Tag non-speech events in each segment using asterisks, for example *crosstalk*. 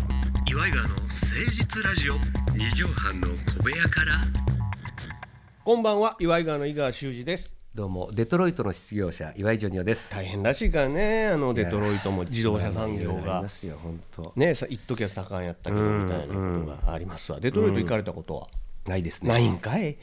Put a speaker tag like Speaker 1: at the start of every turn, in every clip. Speaker 1: イガーの誠実ラジオ
Speaker 2: 二畳半の小部屋から
Speaker 3: こんばんは岩井川の井川修司です
Speaker 2: どうもデトロイトの失業者岩井ジョニオです
Speaker 3: 大変らしいからねあのデトロイトも自動車産業
Speaker 2: いろいろあり
Speaker 3: が
Speaker 2: ますよ本当
Speaker 3: ねさ一時は盛んやったけどみたいなことがありますわデトロイト行かれたことは
Speaker 2: ないですね
Speaker 3: ないんか
Speaker 2: *laughs*
Speaker 3: い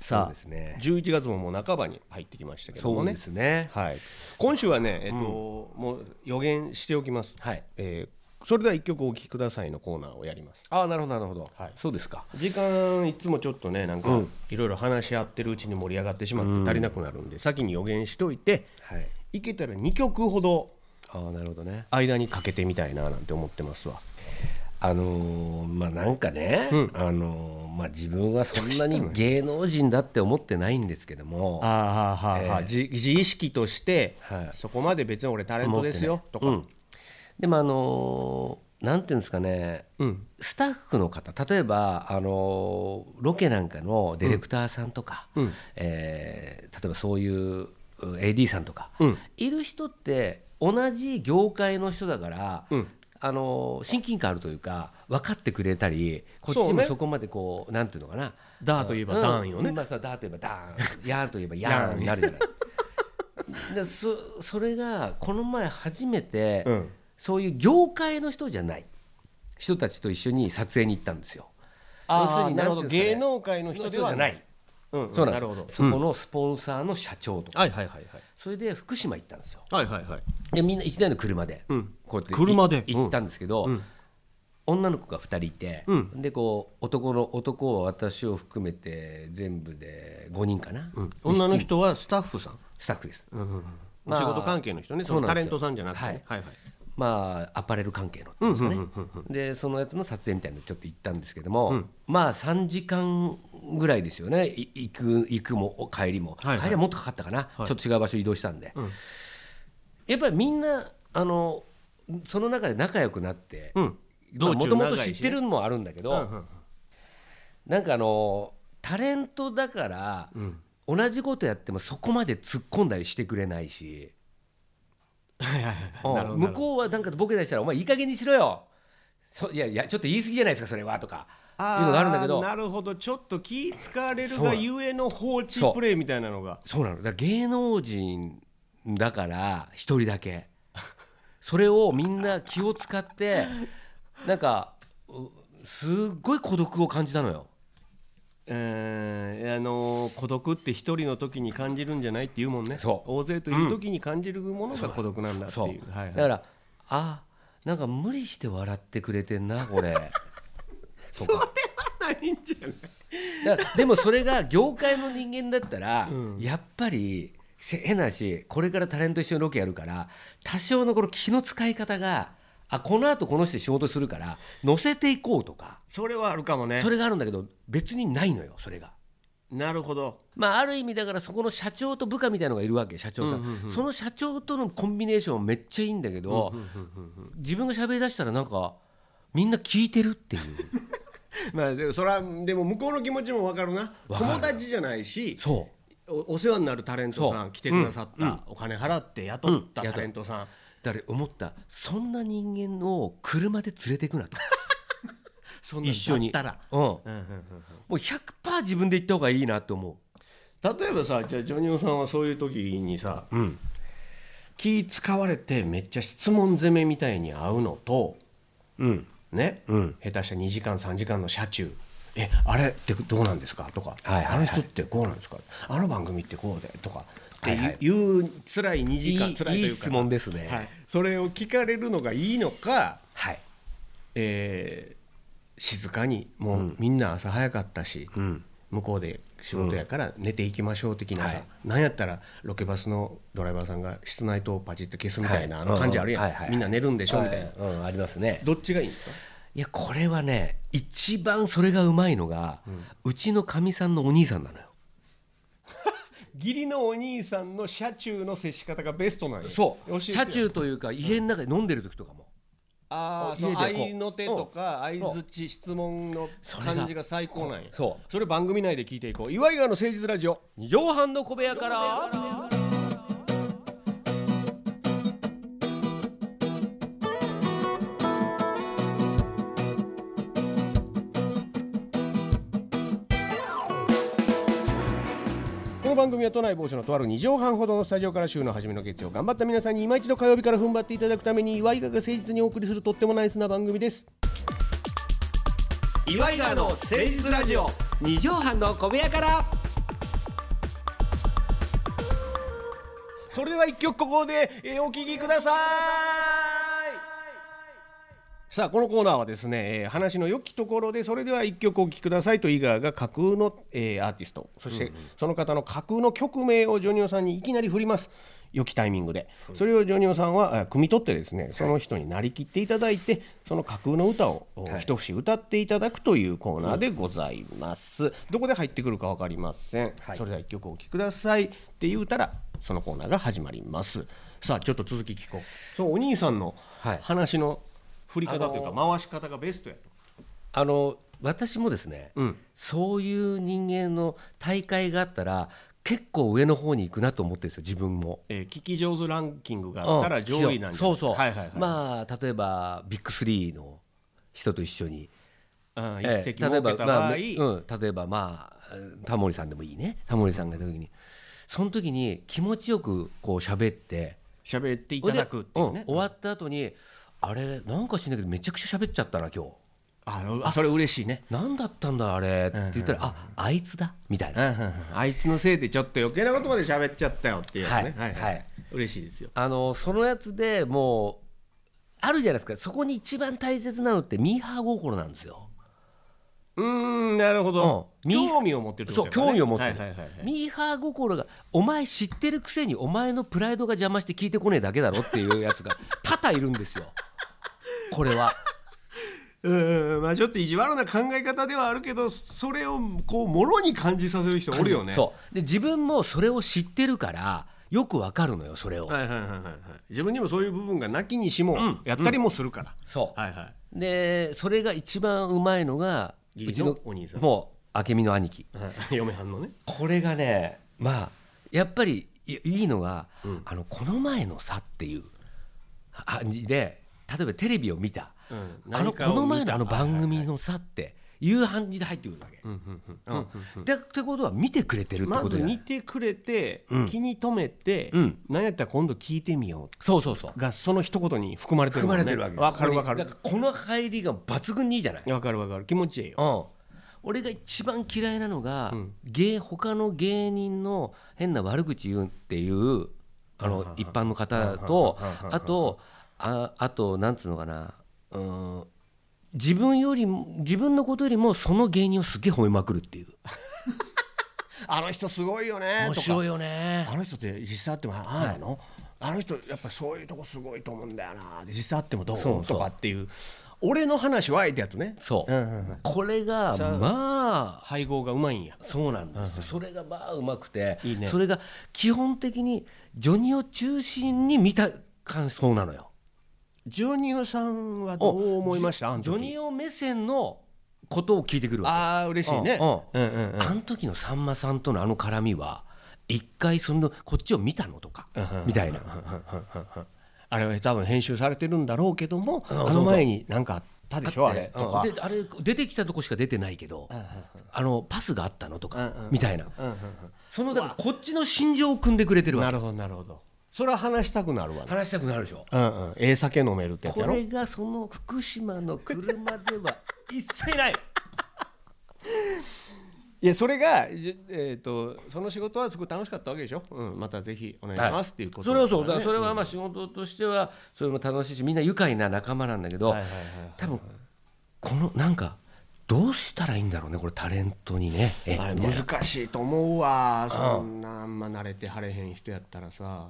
Speaker 3: さ
Speaker 2: そうです
Speaker 3: あ
Speaker 2: ね
Speaker 3: 11月ももう半ばに入ってきましたけど
Speaker 2: そ
Speaker 3: も
Speaker 2: うで
Speaker 3: ね
Speaker 2: すね
Speaker 3: はい今週はねえっともう予言しておきます
Speaker 2: はい
Speaker 3: えーそれでは一曲お聴きくださいのコーナーをやります
Speaker 2: ああなるほどなるほど、
Speaker 3: はい
Speaker 2: そうですか
Speaker 3: 時間いつもちょっとねなんかいろいろ話し合ってるうちに盛り上がってしまって足りなくなるんで先に予言しといて
Speaker 2: はい
Speaker 3: いけたら2曲ほど
Speaker 2: ああなるほどね
Speaker 3: 間にかけてみたいななんて思ってますわ
Speaker 2: あのーまあなんかね、
Speaker 3: うん
Speaker 2: あのーまあ自分はそんなに芸能人だって思ってないんですけども
Speaker 3: あーはーはーはー
Speaker 2: ええ
Speaker 3: 自自意識として、
Speaker 2: はい
Speaker 3: そこまで別に俺タレントですよとか、
Speaker 2: うんでもあのーなんていうんですかね
Speaker 3: うん
Speaker 2: スタッフの方例えばあのロケなんかのディレクターさんとか、
Speaker 3: うんうん
Speaker 2: えー例えばそういうう AD さんとか、
Speaker 3: うん
Speaker 2: いる人って同じ業界の人だから、
Speaker 3: うん
Speaker 2: あの親近感あるというか分かってくれたりこっ
Speaker 3: そ
Speaker 2: ち
Speaker 3: う
Speaker 2: も
Speaker 3: ね
Speaker 2: そこまでこうなんていうのかな
Speaker 3: ダーといえばダーンよね、
Speaker 2: うんまあ、そうダーといえばダーンヤーンといえばヤーンになるじゃないでそそれがこの前初めて、
Speaker 3: うん
Speaker 2: そういう業界の人じゃない人たちと一緒に撮影に行ったんですよ。
Speaker 3: あ
Speaker 2: 要
Speaker 3: あ
Speaker 2: するに
Speaker 3: なるほど
Speaker 2: なんていう
Speaker 3: 芸
Speaker 2: んですかね
Speaker 3: 能界の人ではない、うんうん
Speaker 2: そうなん
Speaker 3: な
Speaker 2: で
Speaker 3: る
Speaker 2: すよ
Speaker 3: ほど
Speaker 2: そこのスポンサーの社長とか、
Speaker 3: はいはいはいはい
Speaker 2: それで福島行ったんですよ
Speaker 3: はいはいはい
Speaker 2: でみんな1台の車で、
Speaker 3: うん
Speaker 2: こうやってい
Speaker 3: 車で
Speaker 2: 行ったんですけど、
Speaker 3: うん
Speaker 2: 女の子が2人いて、
Speaker 3: うん
Speaker 2: でこう男の男は私を含めて全部で5人かな、
Speaker 3: 女の人はスタッフさん、
Speaker 2: スタッフです
Speaker 3: お仕事関係の人ねその
Speaker 2: そう
Speaker 3: タ
Speaker 2: な
Speaker 3: レ
Speaker 2: んですよ
Speaker 3: ントさんじゃなくて、ねはいはい
Speaker 2: まあアパレル関係のっていうんですかね、でそのやつの撮影みたいなのちょっと行ったんですけども、まあ3時間ぐらいですよねい行く行くも帰りも、
Speaker 3: はいはい
Speaker 2: 帰りはもっとかかったかな、ちょっと違う場所移動したんで、やっぱりみんなあのその中で仲良くなって
Speaker 3: うん
Speaker 2: まあもともと
Speaker 3: 長
Speaker 2: 知
Speaker 3: い
Speaker 2: っ
Speaker 3: して
Speaker 2: るのもあるんだけど、
Speaker 3: うんうん
Speaker 2: なんかあのタレントだから、同じことやってもそこまで突っ込んだりしてくれないし。
Speaker 3: はいはい
Speaker 2: うん
Speaker 3: はい
Speaker 2: 向こうはなんかボケ出したら「お前いい加減にしろよ」そ「いやいやちょっと言い過ぎじゃないですかそれは」とかいうのがあるんだけ
Speaker 3: あー
Speaker 2: ど
Speaker 3: なるほどちょっと気使われるがゆえの放置プレイみたいなのが
Speaker 2: そうなのだから芸能人だから一人だけそれをみんな気を
Speaker 3: *laughs*
Speaker 2: 使ってなんかうすっごい孤独を感じたのよ。
Speaker 3: えーあのー孤独って一人の時に感じるんじゃないっていうもんね
Speaker 2: そう
Speaker 3: 大勢といる時に感じるものが孤独なんだって
Speaker 2: そう
Speaker 3: いうはいはい
Speaker 2: だからあなんか無理して笑ってくれてんなこれ。とか
Speaker 3: ないんじゃない
Speaker 2: だからでもそれが業界の人間だったら、やっぱりせ変なしこれからタレント一緒にロケやるから多少のこの気の使い方があこのあとこの人仕事するから乗せていこうとか
Speaker 3: それはあるかもね
Speaker 2: それがあるんだけど別にないのよそれが。
Speaker 3: なるほど
Speaker 2: まあ、ある意味だからそこの社長と部下みたいのがいるわけ社長さん,、その社長とのコンビネーションめっちゃいいんだけど、自分が喋りだしたらなんかみんな聞いてる *laughs* っていう
Speaker 3: まあでもそれはでも向こうの気持ちも分かるな
Speaker 2: かる
Speaker 3: 友達じゃないし
Speaker 2: そう
Speaker 3: おお世話になるタレントさ
Speaker 2: そ
Speaker 3: ん
Speaker 2: う
Speaker 3: 来てくださった、お金払って雇った
Speaker 2: うん雇う
Speaker 3: タレントさん、
Speaker 2: だから思ったそんな人間を車で連れてくなと。
Speaker 3: そんなん
Speaker 2: 一緒に
Speaker 3: だったら、
Speaker 2: うん、も
Speaker 3: うんうんうん
Speaker 2: う100%自分で行った方がいいなと思
Speaker 3: 例えばさじゃあジョニオさんはそういう時にさ、
Speaker 2: う、うん、
Speaker 3: 気使われてめっちゃ質問攻めみたいに合うのと、
Speaker 2: うん
Speaker 3: ね、
Speaker 2: うん
Speaker 3: 下手したら2時間3時間の車中えあれってどうなんですかとか、
Speaker 2: はいはいはい
Speaker 3: あの人ってこうなんですかあの番組ってこうでとかっていう,、
Speaker 2: はいはい
Speaker 3: 辛い2時間
Speaker 2: い
Speaker 3: 辛い
Speaker 2: い
Speaker 3: というか
Speaker 2: いい質問ですね
Speaker 3: はい、それを聞かれるのがいいのか、
Speaker 2: はい、
Speaker 3: えー静かにもうみんな朝早かったし、
Speaker 2: ん
Speaker 3: 向こうで仕事やから寝ていきましょう的なさ、
Speaker 2: はい
Speaker 3: なんやったらロケバスのドライバーさんが室内灯をパチッと消すみたいな、あの感じあるやん、
Speaker 2: はいはいはい
Speaker 3: みんな寝るんでしょみたいな、
Speaker 2: うん、ありますね
Speaker 3: どっちがいいんですか
Speaker 2: いやこれはね一番それがうまいのが、うちのかみさんのお兄さんなのよ
Speaker 3: 義理のお兄さんの車中の接し方がベストなんや
Speaker 2: そう
Speaker 3: 教えてよ
Speaker 2: 車中というか家の中で飲んでる時とかも、
Speaker 3: ああ
Speaker 2: 家でこう
Speaker 3: 相の手とか
Speaker 2: うん
Speaker 3: 相づち質問の
Speaker 2: それが
Speaker 3: 感じが最高なんや
Speaker 2: そう
Speaker 3: それ番組内で聞いていこう岩井川の誠実ラジオ
Speaker 2: 二畳半の小部屋から
Speaker 3: 番組は都内某所のとある2畳半ほどのスタジオから週の初めの月曜頑張った皆さんに今一度火曜日から踏ん張っていただくために岩井川が誠実にお送りするとってもナイスな番組です
Speaker 1: 岩井川の誠実ラジオ
Speaker 2: 二畳半の小部屋から
Speaker 3: それでは一曲ここで、えーお聴きくださいさあこのコーナーはですね、えー話の良きところでそれでは一曲お聴きくださいと井川が架空の、えーアーティストそしてその方の架空の曲名をジョニオさんにいきなり振ります良きタイミングでそれをジョニオさんはあ汲み取ってですねその人になりきっていただいてその架空の歌をお
Speaker 2: はい
Speaker 3: 一節歌っていただくというコーナーでございますどこで入ってくるか分かりません、
Speaker 2: はい
Speaker 3: それでは一曲お聴きくださいって言うたらそのコーナーが始まりますさあちょっと続き聞こうそうお兄さんの
Speaker 2: はい
Speaker 3: 話の振り方というか
Speaker 2: あ
Speaker 3: 回し方がベストやと、
Speaker 2: あの私もですね、
Speaker 3: うん
Speaker 2: そういう人間の大会があったら結構上の方に行くなと思ってるんですよ自分も。
Speaker 3: えー聞き上手ランキングがあったら上位なんじゃない
Speaker 2: そうそう、
Speaker 3: はいはいはい
Speaker 2: まあ例えばビッグスリーの人と一緒に
Speaker 3: うん、一
Speaker 2: え
Speaker 3: 席
Speaker 2: え
Speaker 3: 設けた場合、
Speaker 2: まあめうん、例えばまあタモリさんでもいいねタモリさんがいた時にその時に気持ちよくこう喋って
Speaker 3: 喋っていただくっていう
Speaker 2: ほいで
Speaker 3: ね
Speaker 2: うん、終わった後にあれなんかしないけどめちゃくちゃ喋っちゃったな今日
Speaker 3: あのあそれ嬉しいね
Speaker 2: 何だったんだあれって言ったら、ああいつだみたい
Speaker 3: うん
Speaker 2: な
Speaker 3: うんうんあいつのせいでちょっと余計なことまで喋っちゃったよっていうやつね
Speaker 2: はいはい
Speaker 3: 嬉しいですよ
Speaker 2: あのそのやつでもうあるじゃないですかそこに一番大切なのってミーハー心なんですよ。
Speaker 3: うーんなるほど、
Speaker 2: うん
Speaker 3: 興味を持ってるって
Speaker 2: そ
Speaker 3: こ
Speaker 2: う
Speaker 3: とだからね
Speaker 2: 興味を持ってる、
Speaker 3: はいはいはいはい
Speaker 2: ミーハー心がお前知ってるくせにお前のプライドが邪魔して聞いてこねえだけだろっていう
Speaker 3: *laughs*
Speaker 2: やつが多々いるんですよこれは
Speaker 3: うーんまあちょっと意地悪な考え方ではあるけどそれをこうもろに感じさせる *laughs* 人おるよね
Speaker 2: そうで自分もそれを知ってるからよくわかるのよそれを、
Speaker 3: はいはいはいはいはい自分にもそういう部分がなきにしも
Speaker 2: ん
Speaker 3: やったりもするから、
Speaker 2: そう、
Speaker 3: はいはい
Speaker 2: でそれが一番うまいのが
Speaker 3: 義理
Speaker 2: うち
Speaker 3: の
Speaker 2: の
Speaker 3: お兄さん
Speaker 2: もう明美の兄貴 *laughs*
Speaker 3: はい嫁はんのね
Speaker 2: これがねまあやっぱりいいいのが、
Speaker 3: うん
Speaker 2: あのこの前のさっていう感じで例えばテレビを見た、
Speaker 3: うん
Speaker 2: あの
Speaker 3: 何
Speaker 2: こ
Speaker 3: かを見た
Speaker 2: の前のあの番組のさっていう感じで入ってくるわけ。うんでってことは見てくれてるって
Speaker 3: ま
Speaker 2: こと
Speaker 3: ず
Speaker 2: じゃない
Speaker 3: 見てくれて、
Speaker 2: うん
Speaker 3: 気に留めて、
Speaker 2: うん
Speaker 3: なんやったら今度聞いてみよ
Speaker 2: そうそうそう
Speaker 3: うがその一言に含まれてる
Speaker 2: 含
Speaker 3: もん
Speaker 2: ま
Speaker 3: ね
Speaker 2: れてるわけです
Speaker 3: わかるわか
Speaker 2: だ
Speaker 3: る
Speaker 2: からこの入りが抜群にいいじゃない、
Speaker 3: わかるわかる気持ちいいよ
Speaker 2: うん、俺が一番嫌いなのが、
Speaker 3: うん
Speaker 2: 芸他の芸人の変な悪口言うっていう
Speaker 3: は
Speaker 2: あ
Speaker 3: んはんは
Speaker 2: の
Speaker 3: ん
Speaker 2: 一般の方と
Speaker 3: はんはんはんはんはん
Speaker 2: あとああとなんつうのかなうーん自分よりも自分のことよりもその芸人をすげえ褒めまくるっていう
Speaker 3: あの人すごいよね
Speaker 2: 面
Speaker 3: とか
Speaker 2: 白いよね
Speaker 3: あの人って実際会ってもああなの、あの人やっぱそういうとこすごいと思うんだよなで実際会ってもどう
Speaker 2: そうそう
Speaker 3: とかっていう俺の話はえってやつね
Speaker 2: そう、
Speaker 3: うんうんうん
Speaker 2: これが
Speaker 3: さあ
Speaker 2: まあ
Speaker 3: 配合がうまいんや
Speaker 2: そうなんですよそれがまあうまくて
Speaker 3: いいね
Speaker 2: それが基本的にジョニオ中心に見た感想なのよ
Speaker 3: ジョニオさんはどう思いましたあの
Speaker 2: ジ
Speaker 3: 時
Speaker 2: ョニオ目線のことを聞いてくるわ
Speaker 3: ああ嬉しいね
Speaker 2: う
Speaker 3: うんうんうん
Speaker 2: けあの時のさんまさんとのあの絡みは一回そのこっちを見たのとか
Speaker 3: うんうん
Speaker 2: みたいな
Speaker 3: あれは多分編集されてるんだろうけどもあ
Speaker 2: ん
Speaker 3: の前に何かあったでしょあれ
Speaker 2: あ
Speaker 3: とか
Speaker 2: ってうんであれ出てきたとこしか出てないけど
Speaker 3: うんうん
Speaker 2: あのパスがあったのと
Speaker 3: うん
Speaker 2: か
Speaker 3: うん
Speaker 2: みたいな
Speaker 3: うんうん
Speaker 2: そのだからこっちの心情を組んでくれてる
Speaker 3: うん
Speaker 2: わ
Speaker 3: な
Speaker 2: け
Speaker 3: るほどなるほどそれは話したくなるわね
Speaker 2: 話したくなるでしょ
Speaker 3: うんうんええ酒飲めるってやつ
Speaker 2: こ
Speaker 3: やろ
Speaker 2: れがその福島の車では
Speaker 3: *laughs*
Speaker 2: 一切ない
Speaker 3: いやそれがじゅえっとその仕事はすごい楽しかったわけでしょうんまたぜひお願いしますっていうこと
Speaker 2: それ
Speaker 3: だ
Speaker 2: は
Speaker 3: か
Speaker 2: そ
Speaker 3: ら
Speaker 2: うだから
Speaker 3: ね
Speaker 2: それはまあ仕事としてはそれも楽しいしみんな愉快な仲間なんだけど
Speaker 3: はいはいはい
Speaker 2: 多分このなんかどうしたらいいんだろうねこれタレントにねえ
Speaker 3: あれ
Speaker 2: みたいな
Speaker 3: 難しいと思うわそんなあんま慣れてはれへん人やったらさ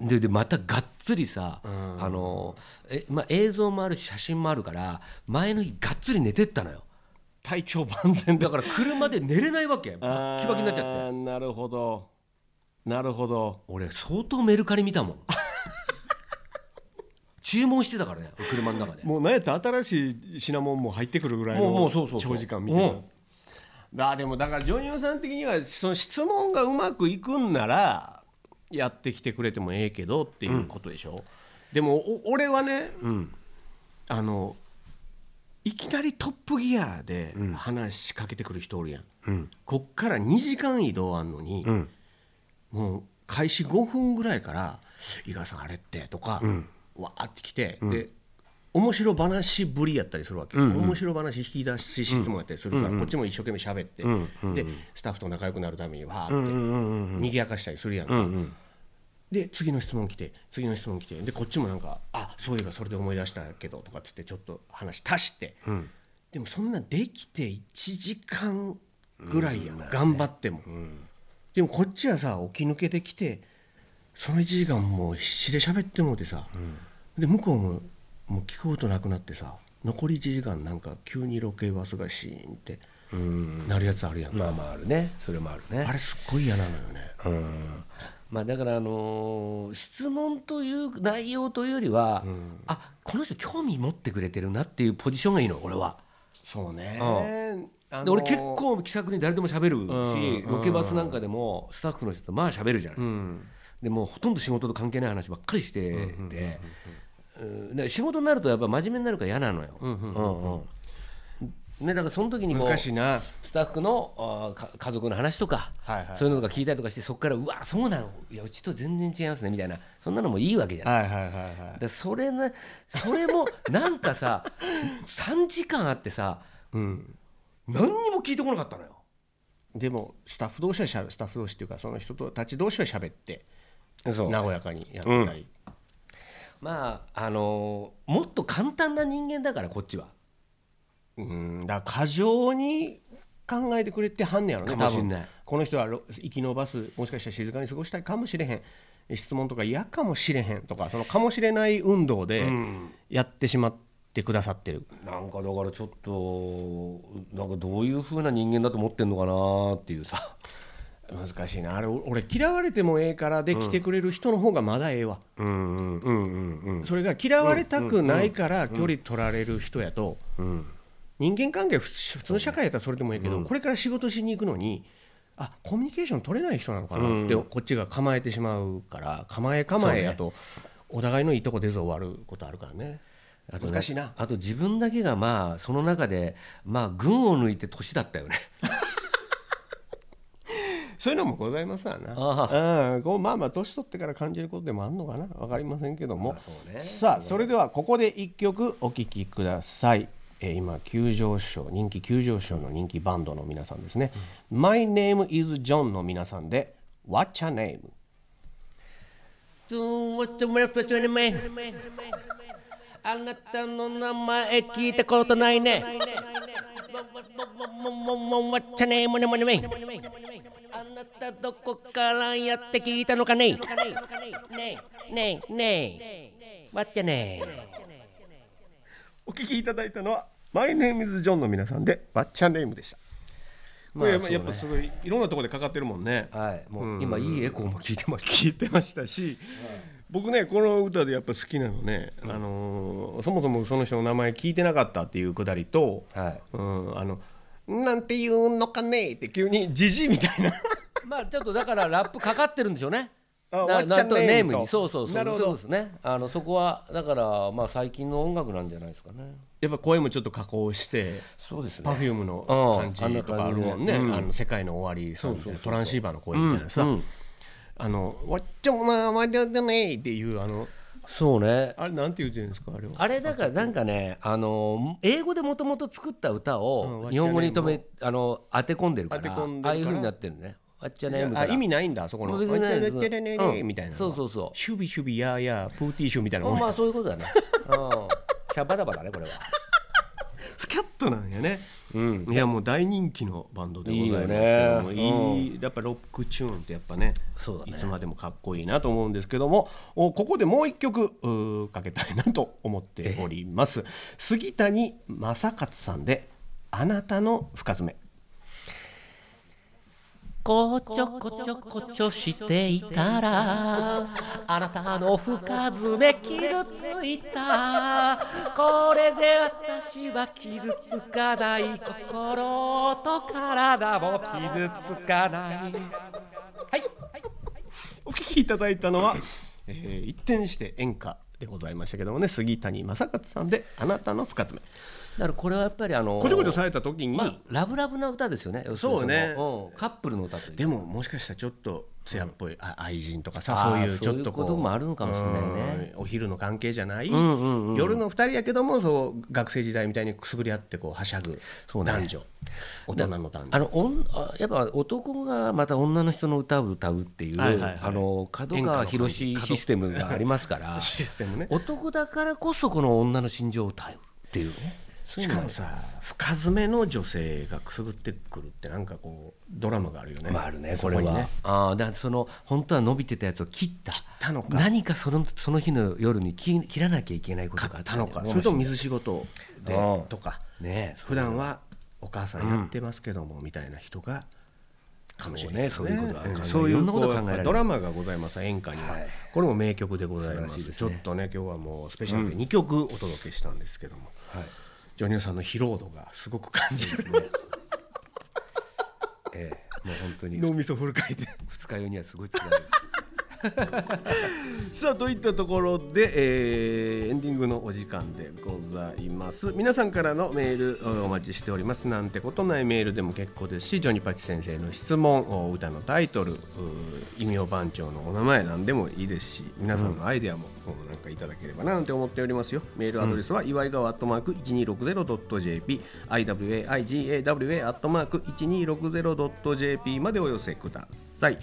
Speaker 2: ででまたがっつりさ、
Speaker 3: ん
Speaker 2: あのえまあ、映像もあるし写真もあるから前の日がっつり寝てったのよ
Speaker 3: 体調万全
Speaker 2: だから車で寝れないわけバッキバキになっちゃって
Speaker 3: ってなるほどなるほど
Speaker 2: 俺相当メルカリ見たもん *laughs* 注文してたからね車の中で
Speaker 3: もうなんやったら新しい品物も入ってくるぐらい
Speaker 2: もうも
Speaker 3: の
Speaker 2: うそうそうそう
Speaker 3: 長時間みたいな
Speaker 2: うん
Speaker 3: まあでもだからジョニオさん的にはその質問がうまくいくんならやってきてくれてもええけどっていうことでしょ、でもお俺はね
Speaker 2: うん
Speaker 3: あのいきなりトップギアで
Speaker 2: うん
Speaker 3: 話しかけてくる人おるやん、
Speaker 2: うん
Speaker 3: こっから2時間移動あんのに、
Speaker 2: うん
Speaker 3: もう開始5分ぐらいから「井川さんあれって」とか、わーってきて、で面白話ぶりやったりするわけ、面白話引き出し質問やったりするから、こっちも一生懸命喋って、でスタッフと仲良くなるためにわーって賑やかしたりするやんか、で次の質問来て次の質問来てでこっちもなんか「あそういえばそれで思い出したけど」とかっつってちょっと話足して、でもそんなんできて1時間ぐらいやん、頑張っても、でもこっちはさ起き抜けてきてその1時間もう必死で喋ってもうてさ、で向こうももう聞くことなくなってさ残り1時間なんか急にロケバスがシーンってなるやつあるやんか、
Speaker 2: まあまああるねそれもあるね
Speaker 3: あれすっごい嫌なのよね、
Speaker 2: うんまあ、だから、あのー質問という内容というよりは、あこの人興味持ってくれてるなっていうポジションがいいの俺は。
Speaker 3: そうね、あのー
Speaker 2: で俺結構気さくに誰でも喋るし
Speaker 3: うん
Speaker 2: ロケバスなんかでもスタッフの人とまあ喋るじゃない、
Speaker 3: うん
Speaker 2: でもうほとんど仕事と関係ない話ばっかりしててうんで仕事になるとやっぱ真面目になるから嫌なのよ。うんうんね、だからその時にこう
Speaker 3: 難しいな
Speaker 2: スタッフのあーか家族の話とか、
Speaker 3: はいはい
Speaker 2: そういうのが聞いたりとかしてそこから「うわそうなのいやうちと全然違いますね」みたいなそんなのもいいわけじゃな
Speaker 3: は
Speaker 2: い。
Speaker 3: いはいはいは
Speaker 2: でそれなそれ *laughs* もなんかさ3時間あってさ
Speaker 3: い、うん、
Speaker 2: 何にも聞いてこなかったのよ。
Speaker 3: でもスタッフ同士はしゃべスタッフ同士っていうかその人とたち同士は喋って
Speaker 2: そう
Speaker 3: 和やかにやったり、
Speaker 2: まああのーもっと簡単な人間だからこっちは。
Speaker 3: うんだから過剰に考えてくれてはんねやろね
Speaker 2: かもしんない
Speaker 3: 多分この人はろ生き延ばすもしかしたら静かに過ごしたいかもしれへん質問とか嫌かもしれへんとかそのかもしれない運動でやってしまってくださってる、
Speaker 2: なんかだからちょっとなんかどういう風な人間だと思ってんのかなっていうさ。
Speaker 3: 難しいなあれお俺嫌われてもええからで来てくれる人の方がまだええわ、
Speaker 2: うんうんうんうん
Speaker 3: それが嫌われたくないから距離取られる人やと、
Speaker 2: うん。
Speaker 3: 人間関係普通普通の社会やったらそれでもいいけど、これから仕事しに行くのにあコミュニケーション取れない人なのかなって、こっちが構えてしまうから構え構えやと、お互いのいいとこ出ず終わることあるからね
Speaker 2: あとね
Speaker 3: 難しいな
Speaker 2: あと自分だけがまあその中でまあ群を抜いて年だったよね。
Speaker 3: そういうのもございますわなうん、こうまあまあ年取ってから感じることでもあるのかな分かりませんけども、
Speaker 2: そうね
Speaker 3: さあそれではここで一曲お聴きください、えー今急上昇人気急上昇の人気バンドの皆さんですね「My name is John」の皆さんで「What's your name?」
Speaker 2: あなたの名前聞いたことないね。あなたどこからやって聞いたのかね。ねえねえねえ。わっちゃね
Speaker 3: お聴きいただいたのは「My name is John」の皆さんで「What's your name?」でしたこれ、
Speaker 2: まあ
Speaker 3: やっぱすごいいろんなところでかかってるもんね
Speaker 2: はい、もう今いいエコーも聞いてます。
Speaker 3: 聞いてましたし、僕ねこの歌でやっぱ好きなのね、あのーそもそもその人の名前聞いてなかったっていうくだりと、
Speaker 2: はい
Speaker 3: うん、あのなんて言うのかねって急にじじいみたいな
Speaker 2: まあちょっとだからラップかかってるんでしょうね。
Speaker 3: あ
Speaker 2: な
Speaker 3: わっちゃ
Speaker 2: なんんと
Speaker 3: ネ
Speaker 2: ネ
Speaker 3: ー
Speaker 2: ー
Speaker 3: ム
Speaker 2: ム
Speaker 3: と
Speaker 2: にそうそうそう
Speaker 3: なるほど
Speaker 2: そうですねあのそこはだからまあ最近の音楽なんじゃないですかね
Speaker 3: *laughs* やっぱ声もちょっと加工して
Speaker 2: そうです
Speaker 3: パフュームの感じ
Speaker 2: うんあん
Speaker 3: と
Speaker 2: な感じね
Speaker 3: かあるもんね、
Speaker 2: うん
Speaker 3: あの世界の終わりさんみたいな
Speaker 2: そうそうそうそう
Speaker 3: トランシーバーの声みたいなさ、
Speaker 2: うん
Speaker 3: あの「わっちゃおまわじゃねえ」っていうあの
Speaker 2: そうね
Speaker 3: あれなんて言うてるんですかあれは
Speaker 2: あれだからなんかねあの英語でもともと作った歌
Speaker 3: うん
Speaker 2: を日本語に止めあの当て込んでるから
Speaker 3: 当て込んでるから
Speaker 2: ああいう風になってるねあっちゃね
Speaker 3: あ意味ないんだそこの「わっ
Speaker 2: 別
Speaker 3: ちゃ
Speaker 2: にない
Speaker 3: ね
Speaker 2: です
Speaker 3: え」みたいな
Speaker 2: そうそうそう
Speaker 3: シュビシュビやーやープーティーシュみたいな
Speaker 2: まあそういうことだねうんキャバダバだねこれは
Speaker 3: *laughs* スキャットなんやね、
Speaker 2: うん
Speaker 3: いやもう大人気のバンドでございますけどもい
Speaker 2: い
Speaker 3: い
Speaker 2: いよね
Speaker 3: やっぱロックチューンってやっぱね
Speaker 2: そうだね
Speaker 3: いつまでもかっこいいなと思うんですけどもおここでもう一曲うーかけたいなと思っております杉谷正勝さんで「あなたの深爪
Speaker 2: こちょこちょこちょしていたらあなたの深爪傷ついたこれで私は傷つかない心と体も傷つかないはい」
Speaker 3: お聴きいただいたのは、えー一転して演歌でございましたけどもね杉谷正勝さんで「あなたの深爪
Speaker 2: だからこれはやっぱりあ」の
Speaker 3: こちょこちょされた時に、
Speaker 2: まあラブラブな歌ですよね要するに
Speaker 3: そうね
Speaker 2: のうんカップルの歌という
Speaker 3: でももしかしたらちょっと艶っぽい、あ愛人とか
Speaker 2: あ
Speaker 3: さ
Speaker 2: ー
Speaker 3: そういうちょっとこう
Speaker 2: そういうこともあるのかもしれないね
Speaker 3: うんお昼の関係じゃない、
Speaker 2: んうんうん
Speaker 3: 夜の二人やけどもそう学生時代みたいにくすぐり合ってこうはしゃぐ
Speaker 2: そうね
Speaker 3: 男女、大人の男
Speaker 2: あ
Speaker 3: 女
Speaker 2: のおんあやっぱ男がまた女の人の歌を歌うっていう、
Speaker 3: はいはいはい
Speaker 2: あの角川博
Speaker 3: 演歌の感じ
Speaker 2: システムがありますから
Speaker 3: システムね
Speaker 2: *laughs* 男だからこそこの女の心情を歌うっていうね
Speaker 3: しかもさ深詰めの女性がくすぐってくるってなんかこうドラマがあるよね、
Speaker 2: まああるねこれは
Speaker 3: そこにね
Speaker 2: ああだからその本当は伸びてたやつを切った
Speaker 3: たのか
Speaker 2: 何かそのその日の夜に切切らなきゃいけないことがあ
Speaker 3: 買
Speaker 2: っ
Speaker 3: ったた
Speaker 2: んだ
Speaker 3: の
Speaker 2: よ
Speaker 3: かそれとも水仕事で
Speaker 2: うん
Speaker 3: とか
Speaker 2: ねえ
Speaker 3: 普段はお母さんやってますけども、みたいな人がかもしれない、
Speaker 2: そうねそういうことが考えられる
Speaker 3: そうい
Speaker 2: いろん
Speaker 3: う
Speaker 2: なことが考えられ
Speaker 3: こ
Speaker 2: る
Speaker 3: うドラマがございます演歌には、これも名曲でございま
Speaker 2: 素
Speaker 3: す
Speaker 2: 晴らしいです
Speaker 3: ちょ
Speaker 2: ね
Speaker 3: っとね今日はもうスペシャルで2曲お届けしたんですけども、ジョニオさんの疲労度がすごく感じる、
Speaker 2: ええもう本
Speaker 3: *laughs*
Speaker 2: 当に
Speaker 3: 脳みそフル回転
Speaker 2: 二日酔いにはすごい辛い
Speaker 3: さあといったところで、えーエンディングのお時間でございます皆さんからのメールおお待ちしておりますなんてことないメールでも結構ですしジョニパチ先生の質問お歌のタイトルうー異名番長のお名前なんでもいいですし皆さんのアイデアも、うんなんかいただければななんて思っておりますよメールアドレスは、祝いがわアットマーク 1260.jp iwaigawa アットマーク 1260.jp までお寄せください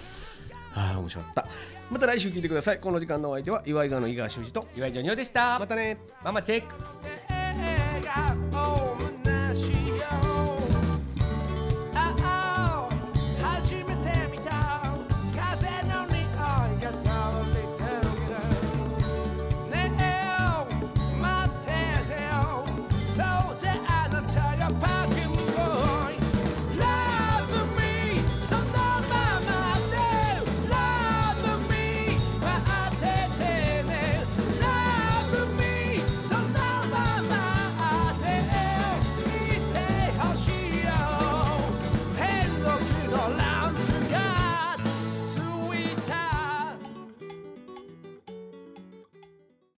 Speaker 3: ああ面白かったまた来週聞いてくださいこの時間のお相手は岩井川の井川修司と
Speaker 2: 岩井ジョニオでした
Speaker 3: またね
Speaker 2: ママチェック
Speaker 4: Oh.